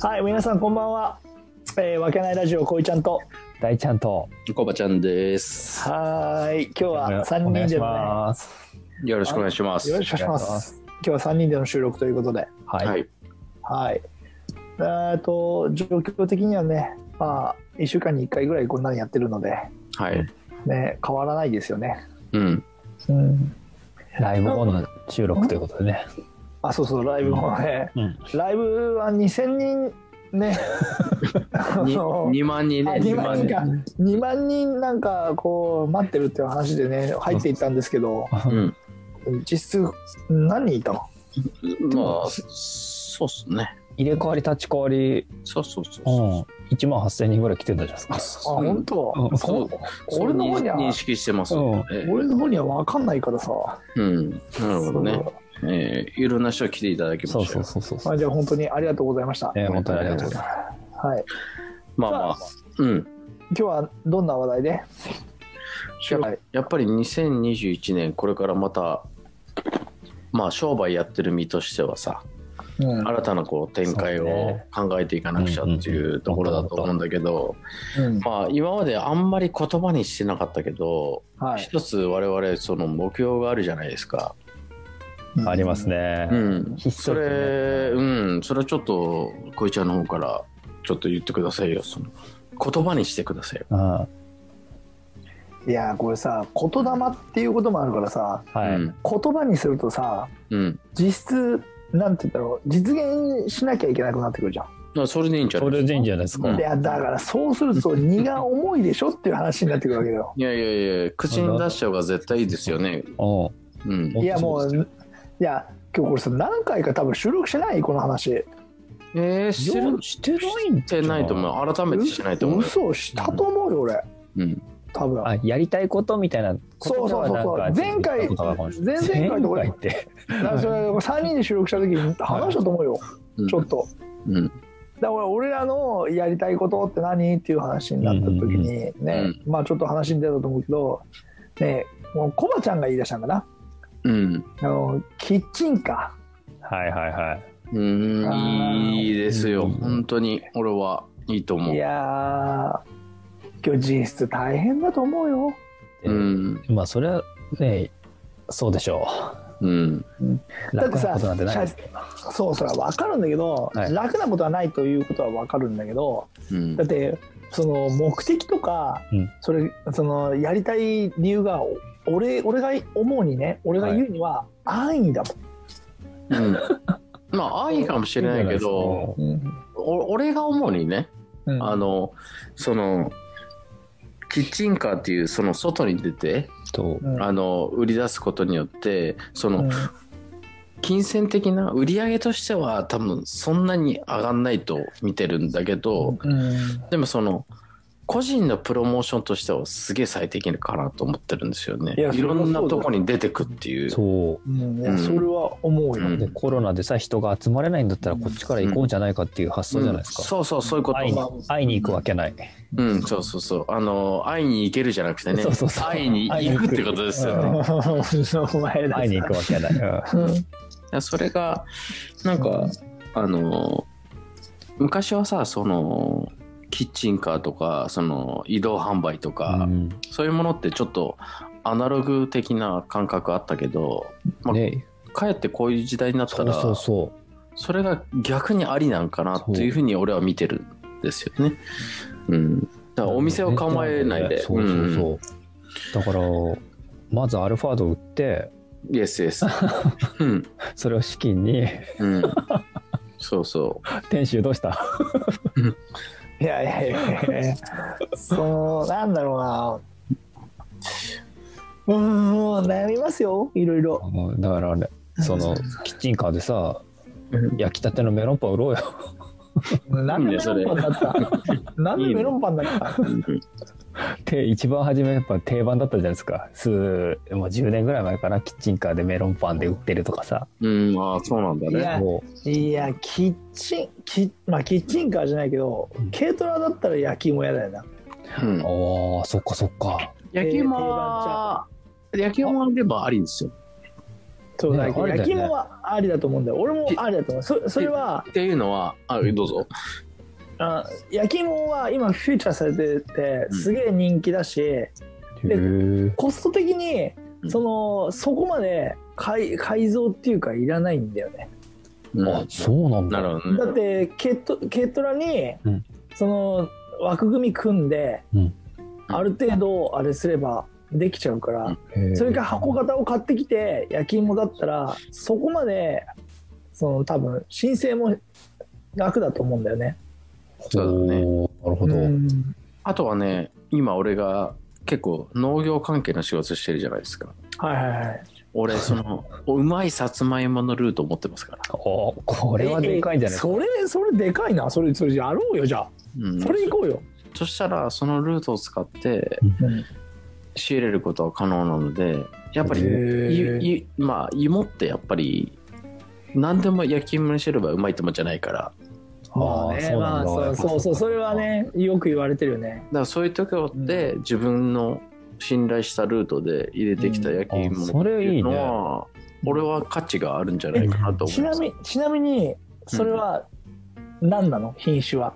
はい、皆さんこんばんは。えー、わけないラジオ、こいちゃんと。大ちゃんとコバちゃんです。はーい、今日は三人でおの、ね、願いします。よろしくお願いします。よろしくお願いします。今日は三人での収録ということで。は、はいい、はい。えーと、状況的にはね、まあ、一週間に一回ぐらいこんなのやってるので、はい、ね、変わらないですよね。うん、うん。ライブ後の収録ということでね。あ、そうそう、ライブもね、うん、ライブは2000人 ね、あにの二万人あね、 2万人二か2万人なんかこう待ってるっていう話でね入っていったんですけど人実質何人いたのうん、まあ、そうっすね。 入れ替わり立ち替わり、そうそうそううそん、1万8000人ぐらい来てたじゃないですう。か。あ本当うんそうそ俺れのに方には認識してます。うんええ俺の方には分かんないからさうん、なるほどね。ええ、いろんな人が来ていただきまそうしたそうよ。そうそうまあ、じゃあ本当にありがとうございましたえー本当にありがとうございます。ますはいまあまあ、うん。今日はどんな話題でややっぱり2021年、これからまた、まあ商売やってる身としてはさ、うん新たなこう展開そうをね考えていかなくちゃっていんうんううんところだと思うんだけど、うんまあ、今まであんまり言葉にしてなかったけど、はい一つ我々その目標があるじゃないですか。ありますね。うん、ひっそそりとねれ、うん、それはちょっと小井ちゃんの方からちょっと言ってくださいよ。その言葉にしてくださいよ。うん、はいやこれさ言霊っていうこともあるからさい、うん、言葉にするとさうん、実質なんて言うんだろう実現しなきゃいけなくなってくるじゃんだからそれでいいんじゃなそいれでいいんじゃないですか。うんいやだからそうす ると荷が重いでしょっていう話になってくるわけだよ。いやいやいや、口に出しちゃうが絶対いいですよね。おうん、いやもういや今日これさ何回か多分収録してないこの話。えー、してるしてないんしじゃてないと思う。改めてしてないと思うよ。嘘をしたと思うよ俺うん、多分。あやりたいことみたいなそこうとそうはそうなんそうか前回言ったことがあるかもしれない前々回とか前回ってだからそれ3人で収録した時に話したと思うようんちょっと。うん、だから俺らのやりたいことって何っていう話になった時にね、まあちょっと話に出たと思うけどねもうコバちゃんが言い出したんかなうん、あのキッチンカはいはいはいうん、いいですよ。うん本当に、俺はいいと思ーうい。やー今日実質大変だと思うよ。うん、まあそれはねそうでしょうん、うだって楽さなことなんてないですけどそうそれは分かるんだけど、はい楽なことはないということは分かるんだけど うんだっ。てその目的とか、うんそれそのやりたい理由がお俺俺が思うにね俺が言うには安易だうん、まあ愛かもしれないけどそもん、お俺が思うにね、うんあのそのキッチンカーっていうその外に出て、ううんあの売り出すことによってその、うん金銭的な売り上げとしては多分そんなに上がんないと見てるんだけど、うんでもその個人のプロモーションとしてはすげえ最適かなと思ってるんですよねいやいろんそなれはそうだとこに出てくっていうそうんいやうんそれは思うよ、ううんでコロナでさ人が集まれないんだったらこっちから行こうじゃないかっていう発想じゃないですうんか、そうそうそういうこと会いに会いに行くわけない、うん、そうそうそう。あの、会いに行けるじゃなくてね、そうそうそう会いに行くってことですよね。 お前らさ会いに行くわけない、 うんうんいやそれが、なんか、あの、昔はさ、その、キッチンカーとか、その、移動販売とか、うんそういうものってちょっと、アナログ的な感覚あったけど、まあね、かえってこういう時代になったそら、うそうそそれが逆にありなんかなというふうに俺は見てるんですよね。うん。だからうお店を構えないで。そうそうそう、だからまずアルファード売ってうん。イエスイエス。 うん。それを資金に うん、そうそ店主どうした いやいやいやいやそのなんだろうなうーん悩みますよいろいろあのだからね そのキッチンカーでさう。焼きたてのメロンパン売ろうよなんでメロンパンだったなんでメロンパンだったて一番初めやっぱ定番だったじゃないですか数もう10年ぐらい前かなキッチンカーでメロンパンで売ってるとかさうん、ああ、そうなんだいやね。もいやキッチンキ,、まあ、キッチンカーじゃないけどうん軽トラだったら焼き芋屋だよなうんう、ああそっかそっか焼き芋定番は、焼き芋でもありんですよ。そうねだからありだよね焼き芋はありだと思うんだよ俺もありだと思うそそれはっていうのはあどうぞあ焼き芋は今フィーチャーされててうんすげえ人気だし、へえコスト的にうんそのそこまで改改造っていうかいらないんだよねあそうなんだなるほどだねって軽ト軽トラに、うんその枠組み組んで、うんある程度あれすればできちゃうから、へえそれか箱型を買ってきて焼き芋だったらそこまでその多分申請も楽だと思うんだよね。そうだねおーなるほど、うんあとはね今俺が結構農業関係の仕事してるじゃないですかはいはいはい。俺そ のうまいさつまいものルート持ってますから、おこれはでかいんじゃないですかえそれそれでかいな。それそれやろうよじゃあ。うんそれ行こうよ。そしたらそのルートを使ってうん仕入れることは可能なのでやっぱりゆゆまあ芋ってやっぱり何でも焼き芋にしてればうまいってもんじゃないからだかまああーね、そまうなあんだそうそうそうそれはねよく言われてるよね。らそういう時で自分の信頼したルートで入れてきた焼き芋うんあそってれいいいうねのは俺は価値があるんじゃないかなと思ちいまなすみちなみにそれは何なの品種は。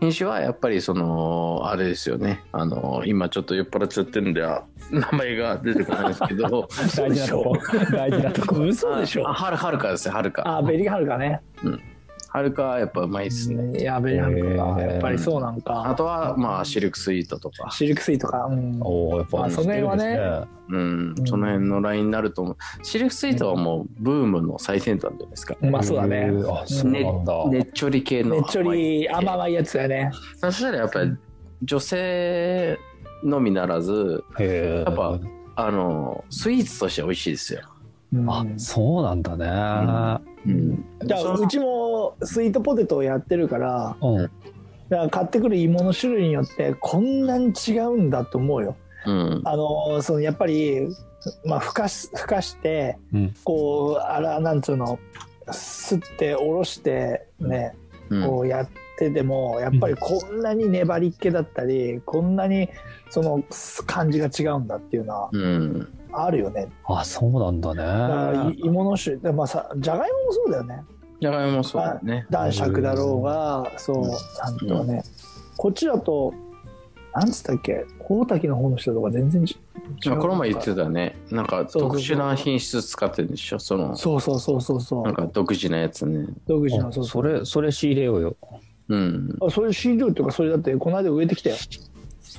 品種はやっぱりそのあれですよねあの今ちょっと酔っ払っちゃってるんであ名前が出てこないですけど大事なとこ大事なとこ嘘でしょあ。はるはるかですよはるかあベリーハルカね。はるかはやっぱうまいですねいやベリーハルカがやっぱりそうなんあか。とはまあシルクスイートとかシルクスイとか。うんおーやっあぱその辺はねうんうんその辺のラインになると思うシルクスイートはもうブームの最先端じゃないですかうまそうだねへ。ーあそうなんだ、ねっちょり系のめっちょり甘いやつだよね。そしたらやっぱり女性のみならずへーやっぱあのスイーツとして美味しいですよ、うんあそうなんだね、うん、だからうちもスイートポテトをやってるからうんだから買ってくる芋の種類によってこんなに違うんだと思うよ。うんあのそのやっぱり、まあ、ふかしふかして、うんこうあらなんつうのすっておろしてね、うんこうやってでもやっぱりこんなに粘りっ気だったりこんなにその感じが違うんだっていうのはうんあるよね。あそうなんだねだからい芋の種で、まあ、さじゃがいももそうだよね。じゃがいもそうだね男爵だろうが、そう、なんとかね、こっちだと、なんつったっけ、大滝の方の人とか全然じ違まう。あこの前言ってたねなんかそうそう特殊な品質使ってるんでしょそのそうそうそうそうそなんう、か独自なやつね独自の、あそうそ。そうれそれ仕入れようようんあそういう飼料とか、それだって、この間植えてきたよ。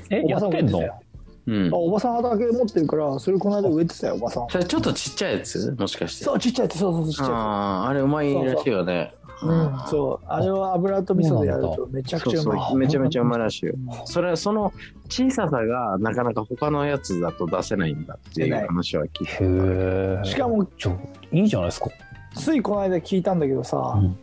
えおやばさっんてがん言ってのたようんあおばさん畑持ってるから、それこの間植えてたよ、おばさん。それちょっとちっちゃいやつもしかしてそう、ちっちゃいやつ、そうそうそう、ちっちゃいやあああれうまいらしいよねつ。うん、そう、あれは油と味噌でやると、めちゃくそちうゃうそまうめちゃめちゃうまいらしいよい。それその小ささがなかなか他のやつだと出せないんだっていう話は聞いてへえしかも、ちょいいじゃないですかついこの間聞いたんだけどさうん、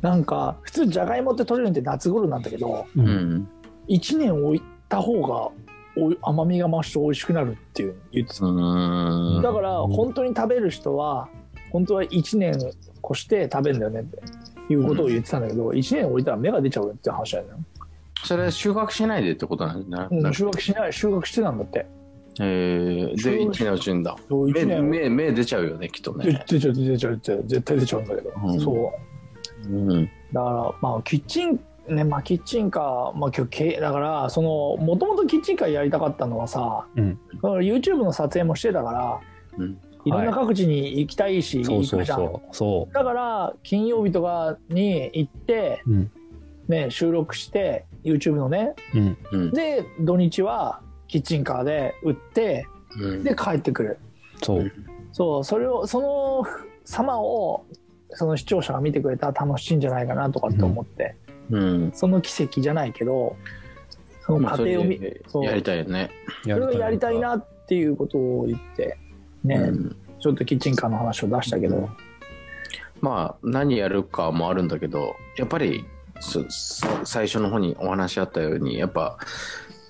なんか、普通、じゃがいもって取れるのって夏頃なんだけど、ううんん1年置いた方がおい甘みが増して美味しくなるっていう言ってたうんだから本当に食べる人は本当は1年越して食べるんだよねっていうことを言ってたんだけど、1年置いたら芽が出ちゃうよって話だよね、それ収穫しないでってことなんだねうん、収穫しない収穫してたんだってえーで一年落ちるんだそう目1年目目出ちゃうよねきっとでね出ちゃう出ちゃう出ちゃう絶対出ちゃうんだけど、うんそううんだからまあキッチンねまあキッチンカーまあ今日けだからそのもともとキッチンカーやりたかったのはさ、うんだから YouTube の撮影もしてたからうんいろんな各地に行きたいし、そうそう行くじゃんそうそだから金曜日とかに行って、うんね、収録して YouTube のねううんうんで土日はキッチンカーで売ってうんで帰ってくるそうそうそれをその様をその視聴者が見てくれたら楽しいんじゃないかなとかって思って、うんその奇跡じゃないけどそのま過あそ程れを見、でそうやりたいよねそれをやりたいなっていうことを言ってね、うんちょっとキッチンカーの話を出したけど、まあ何やるかもあるんだけどやっぱりそそ最初の方にお話あったようにやっぱ、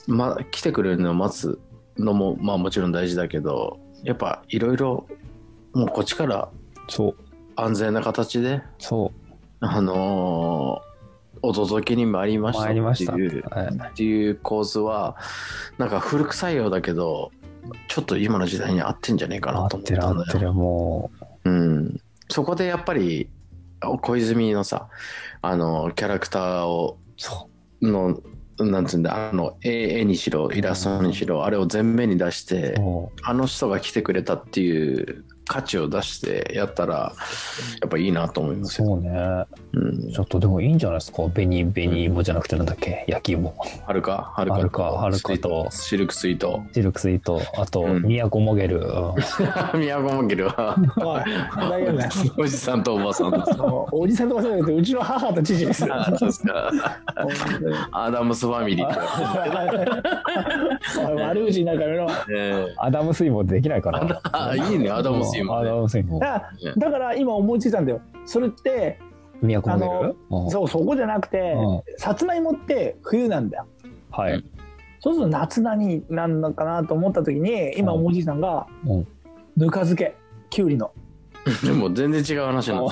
ま、来てくれるのを待つのもまあもちろん大事だけどやっぱいろいろもうこっちからそう安全な形でそあのーお届けに参りうました参りましたっていうはいっていう構図はなんか古臭いようだけどちょっと今の時代に合ってんじゃねえか合なとっ思ってるた合んっだてよ。るもうん、そこでやっぱり小泉のさあのキャラクターをのなんつうんだあの絵絵にしろイラストにしろあれを前面に出してそあの人が来てくれたっていう価値を出してやったらやっぱいいなと思いうますよ。そうねうんちょっとでもいいんじゃないですか紅紅芋じゃなくてなんだっけ焼き芋はるかはるかはるかはるかとシルクスイート シルクスイートあとうん都もげるうん宮古もぎるはおい大丈夫ですおじさんとおばさんです。もうおじさんとかそうじゃなくてうちの母と父ですあ そうですか本当にアダムスファミリー おい 悪口の中めろだかと、ええアダムスイモできないかなあいいねアダムスイモアねダムスイモらだから今思いついたんだよそれって宮古もげるうんそうそこじゃなくてうんさつまいもって冬なんだよはういんそうすると夏何なんのかなと思った時に今思いついたのがうんぬか漬けきゅうりのでも全然違う話なん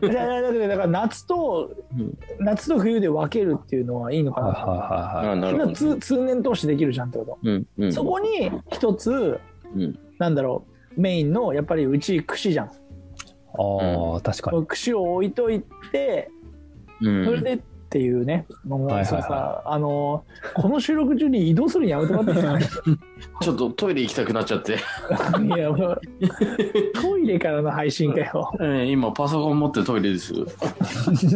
ですねいやいやだってだから夏とうん夏と冬で分けるっていうのはいいのかはいなはいはいはあいなそるれほはど通通年通してできるじゃんってことうんうんそこに一つうんなんだろうメインのやっぱりうち串じゃんああ確かに串を置いといてうんそれでっていうね、もうはいはいはいそうさあのーこの収録中に移動するのやめてもらっていいですちょっとトイレ行きたくなっちゃって、かいやもうトイレからの配信かよ ええ今パソコン持ってトイレですそうそ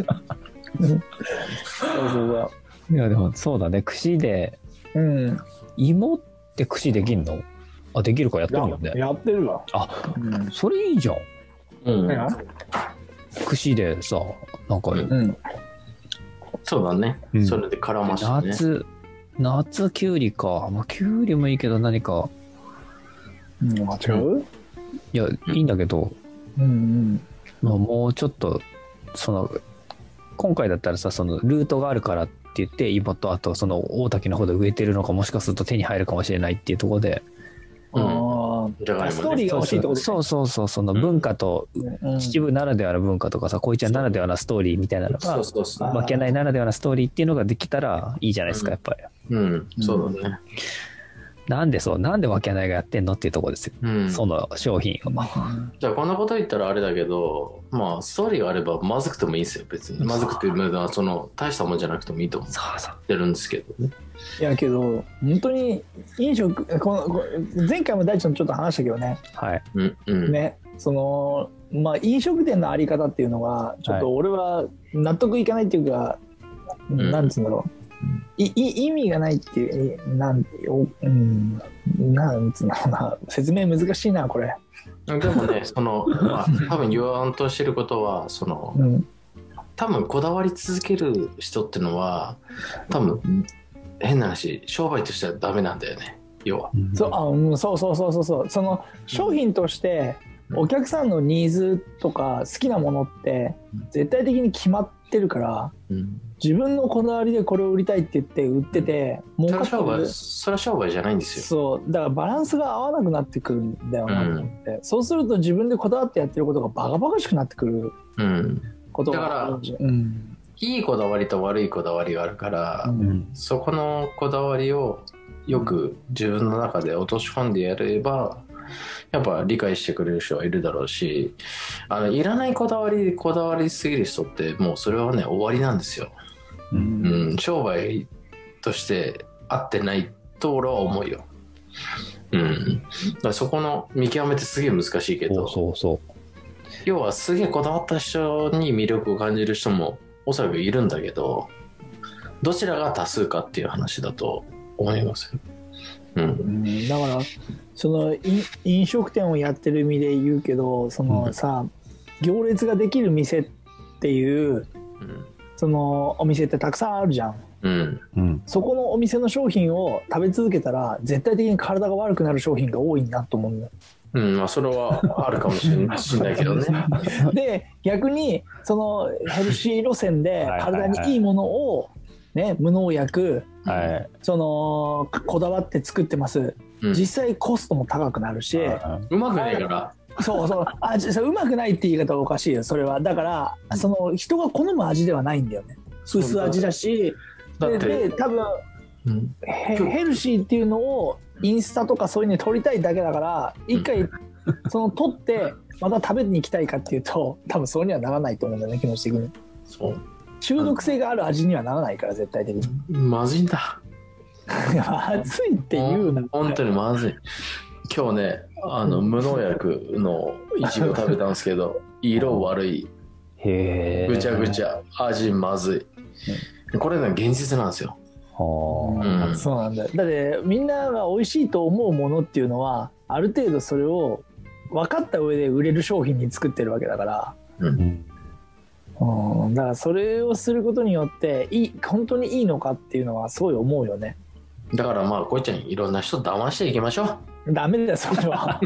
ういやでもそうだね串でそううん芋って串できんのあできるかやってるもんねややってるわあうんそれいいじゃんうん串でさなんかうんそうだね、うんそれで絡ましてね夏夏きゅうりかまあきゅうりもいいけど何かうん間違ういやいいんだけど、うんまあ、もうちょっとその今回だったらさそのルートがあるからって言って芋とあとその大滝の方で植えてるのがもしかすると手に入るかもしれないっていうところでううんんあじゃがあいストもーリねーが欲しいってことそうそうそうその文化とうん秩父ならではの文化とかさ小一ちゃんならではのストーリーみたいなのそがうそうそあ負けないならではのストーリーっていうのができたらいいじゃないですかやっぱり。ううんそうだねなんでそうなんで負けないがやってんのっていうところですよ、うんその商品を。じゃあこんなこと言ったらあれだけどまあストーリーがあればまずくてもいいんですよ別にまずくていうのはその大したもんじゃなくてもいいと思っそうそうてるんですけどねいやけど本当に飲食このこ前回も大地のちょっと話したけどねはいうんうんねそのまあ飲食店のあり方っていうのがちょっと俺は納得いかないっていうか、んなんつうんだろういい意味がないっていうなんおうんなんつうんだろうな説明難しいなこれ、でもねその、まあ、多分言わんとしてることはそのうん、多分こだわり続ける人ってのは多分変な話商売としてはダメなんだよね要はそうあ、うん、そうそうそうそうそうその商品としてうんお客さんのニーズとか好きなものってうん絶対的に決まってるからうん自分のこだわりでこれを売りたいって言って売ってて儲それかってるは商売それは商売じゃないんですよそうだからバランスが合わなくなってくるんだよなと思って、そうすると自分でこだわってやってることがバカバカしくなってくるうんことがだからあるんじゃうんいいこだわりと悪いこだわりがあるから、うんうんそこのこだわりをよく自分の中で落とし込んでやればやっぱ理解してくれる人はいるだろうしあのいらないこだわりこだわりすぎる人ってもうそれはね終わりなんですよ、ううん、商売として合ってないと俺は思うよ、うん、だからそこの見極めってすげえ難しいけどそうそうそ要はすげえこだわった人に魅力を感じる人もおそらくいるんだけどどちらが多数かっていう話だと思いますよ。うんうんだからそのい飲食店をやってる意味で言うけどそのさ、行列ができる店っていううんそのお店ってたくさんあるじゃんうんう、うん、そこのお店の商品を食べ続けたら絶対的に体が悪くなる商品が多いなと思うんだようんまあそれはあるかもしれな いしんないけどね。で逆にそのヘルシー路線ではいはいは体いにいいものを、ね、無農薬はい、そのこだわって作ってますうん実際コストも高くなるし、うまくないから。そうそうあじそううまくないって言い方はおかしいよそれはだからその人が好む味ではないんだよねそう薄味だしだでってで多分うんヘヘルシーっていうのをインスタとかそういうのに撮りたいだけだから一回その撮ってまた食べに行きたいかっていうと多分そうにはならないと思うんだよね気持ち的にそう中毒性がある味にはならないから絶対的にまずいんだ いやまずいって言うな本当にまずい今日ねあの無農薬のいちご食べたんですけど色悪いへえ。ぐちゃぐちゃ味まずいこれね現実なんですよはあ。うんそうなんだよだってみんなが美味しいと思うものっていうのはある程度それを分かった上で売れる商品に作ってるわけだからうんうんだからそれをすることによっていい本当にいいのかっていうのはすごい思うよねだからまあこいちゃんいろんな人騙していきましょうダメだよそれ は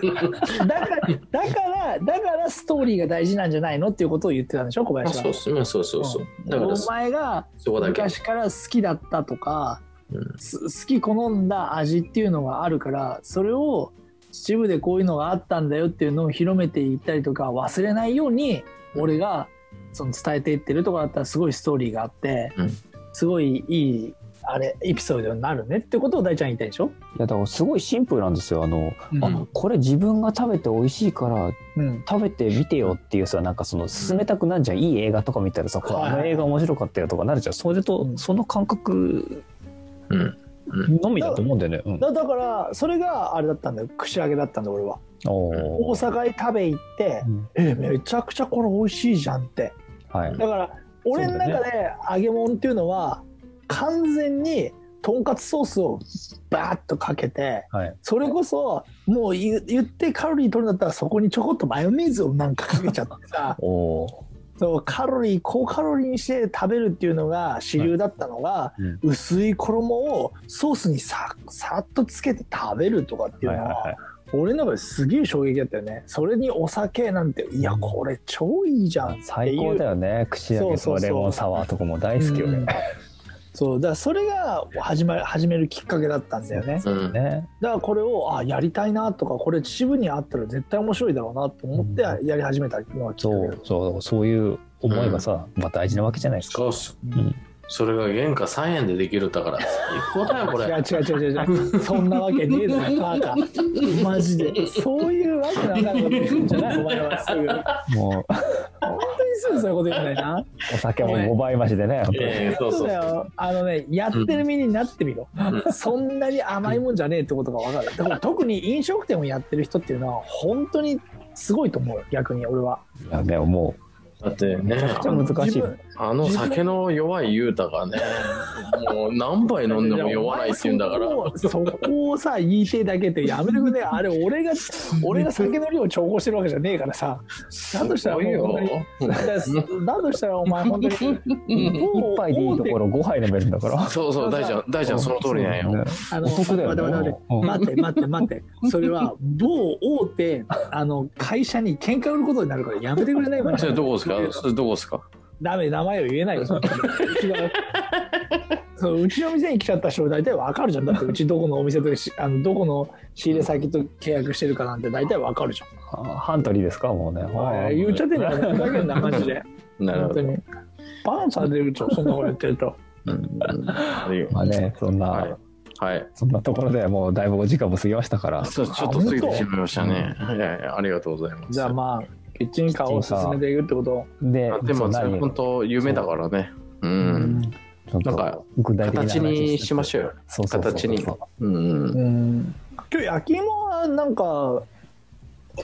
だからだからだからストーリーが大事なんじゃないのっていうことを言ってたんでしょ小あ林そうはっすねそうそうそう、んだからお前がそこだけ昔から好きだったとか、うんす好き好んだ味っていうのがあるからそれを秩父でこういうのがあったんだよっていうのを広めていったりとか忘れないように俺がその伝えていってるとこだったらすごいストーリーがあって、うんすごいいいあれエピソードになるねってことを大ちゃん言いたいでしょ、いやだからすごいシンプルなんですよあの、うんあこれ自分が食べて美味しいからうん、食べてみてよっていうさなんかその勧めたくなるじゃんいい映画とか見たらさ、これはいあの映画面白かったよとかなるじゃんそれとうんその感覚うんのみだと思うんだよね、うん、だだからそれがあれだったんだよ串揚げだったんだ俺は大おー阪へ食べ行ってうんえめちゃくちゃこれ美味しいじゃんってはいだから俺の中で揚げ物っていうのは完全にとんかつソースをバーッとかけてはいそれこそもう言言ってカロリー取るんだったらそこにちょこっとマヨネーズをなんかかけちゃって さおおそうカロリー高カロリーにして食べるっていうのが主流だったのが、うん薄い衣をソースにささっとつけて食べるとかっていうはいのはいは,、はい俺の中ですげえ衝撃だったよねそれにお酒なんていやこれ超いいじゃんっていう最高だよね串揚げそうそうとかそうレモンサワーとかも大好きようんね、そうだからそれが始ま始めるきっかけだったんだよねうんねだからこれをあやりたいなとかこれ秩父にあったら絶対面白いだろうなと思ってうやり始めたのがきっかけそだうそうそういう思いがさ、まあ大事なわけじゃないですかそうっす、んそれが原価3円でできるんだから最高だよこ違れう違う違う違う違うそんなわけねえだろバカマジでそういうわけのわかんないこと言うんじゃないお前はすぐ本もう当にすぐそういうこと言うんだよなお酒も5倍増しでね本当にええそうそそううだよあのねやってる身になってみろ、うそんなに甘いもんじゃねえってことがわかるだから特に飲食店をやってる人っていうのは本当にすごいと思うよ逆に俺はいやでももだってねうめちゃくちゃ難し自い分あの酒の弱い雄太がね、もう何杯飲んでも酔わないって言うんだから、そこをそこをさ言いてえだけってやめてくれあれ俺が俺が酒の量を調合してるわけじゃねえからさだとしたらもう本当にだだとしたらお前本当にうん1杯でいいところ5杯飲めるんだからそうそう、大ちゃん、大ちゃん、その通りなんよ。あのお得だよね待って待っうんて待って待って待ってそれは某大手あの会社に喧嘩売ることになるからやめてくれないそれどこですかそれどこですかダメ名前を言えない よそんなのうちのそううちの店に来ちゃった人大体わかるじゃんだってうちどこのお店としあのどこの仕入れ先と契約してるかなんて大体わかるじゃんあハントリーですかもうね。おい言っちゃってんだからふざけんなマジで なる本当ほど。にバンされるとそんなこと言ってる とうんまあね、そんな、はい。はい。そんなところでもうだいぶお時間も過ぎましたから。そうちょっと過ぎてしまいましたね。いやいやありがとうございます。じゃあまあキッチンカーを進めていくってことであ、でも、そう何本当、夢だからね。う。うんちょっとなんか具体的な話形にしましょょうよ。そうそうそう形にうんうん。うん今日焼き芋はなんか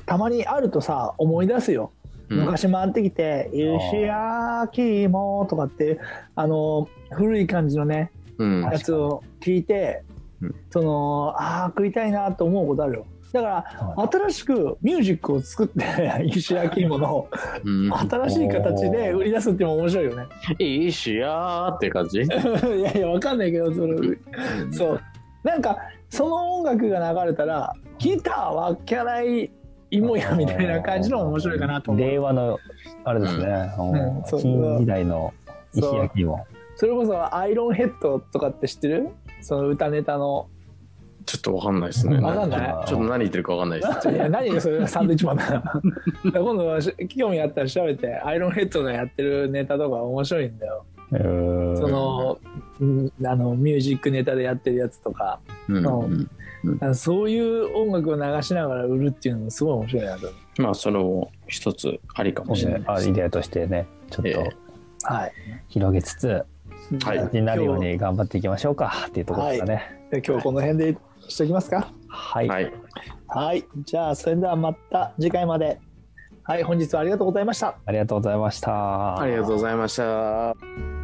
たまにあるとさ思い出すようん昔回ってきて「石焼き芋」とかってあの古い感じのねうん。やつを聞いて、うんそのああ食いたいなと思うことあるよだから新しくミュージックを作って 石焼き芋のうん新しい形で売り出すっていうのも面白いよね いいしやーって感じ。いやいやわかんないけどそれそうなんかその音楽が流れたらギターはキャラい芋やみたいな感じのも面白いかなと思う令和のあれですね、んうんそう新時代の石そう焼き芋それこそアイロンヘッドとかって知ってるその歌ネタの ちょっとわかんないですね。わかんないちょっと何言ってるかわかんないです。いや何よそれサンドイッチマン だな今度はし興味あったら調べてアイロンヘッドがやってるネタとか面白いんだようーんそのうんあのミュージックネタでやってるやつとかうんあうんあのそういう音楽を流しながら売るっていうのもすごい面白いなと思まあそれも一つありかもしれないアですイデアとしてねちょっえとえうはい広げつつはい形になるように頑張っていきましょうかっていうところですかねじゃあ今日この辺でしときますかはい、はいはいじゃあそれではまた次回まではい本日はありがとうございましたありがとうございましたありがとうございました。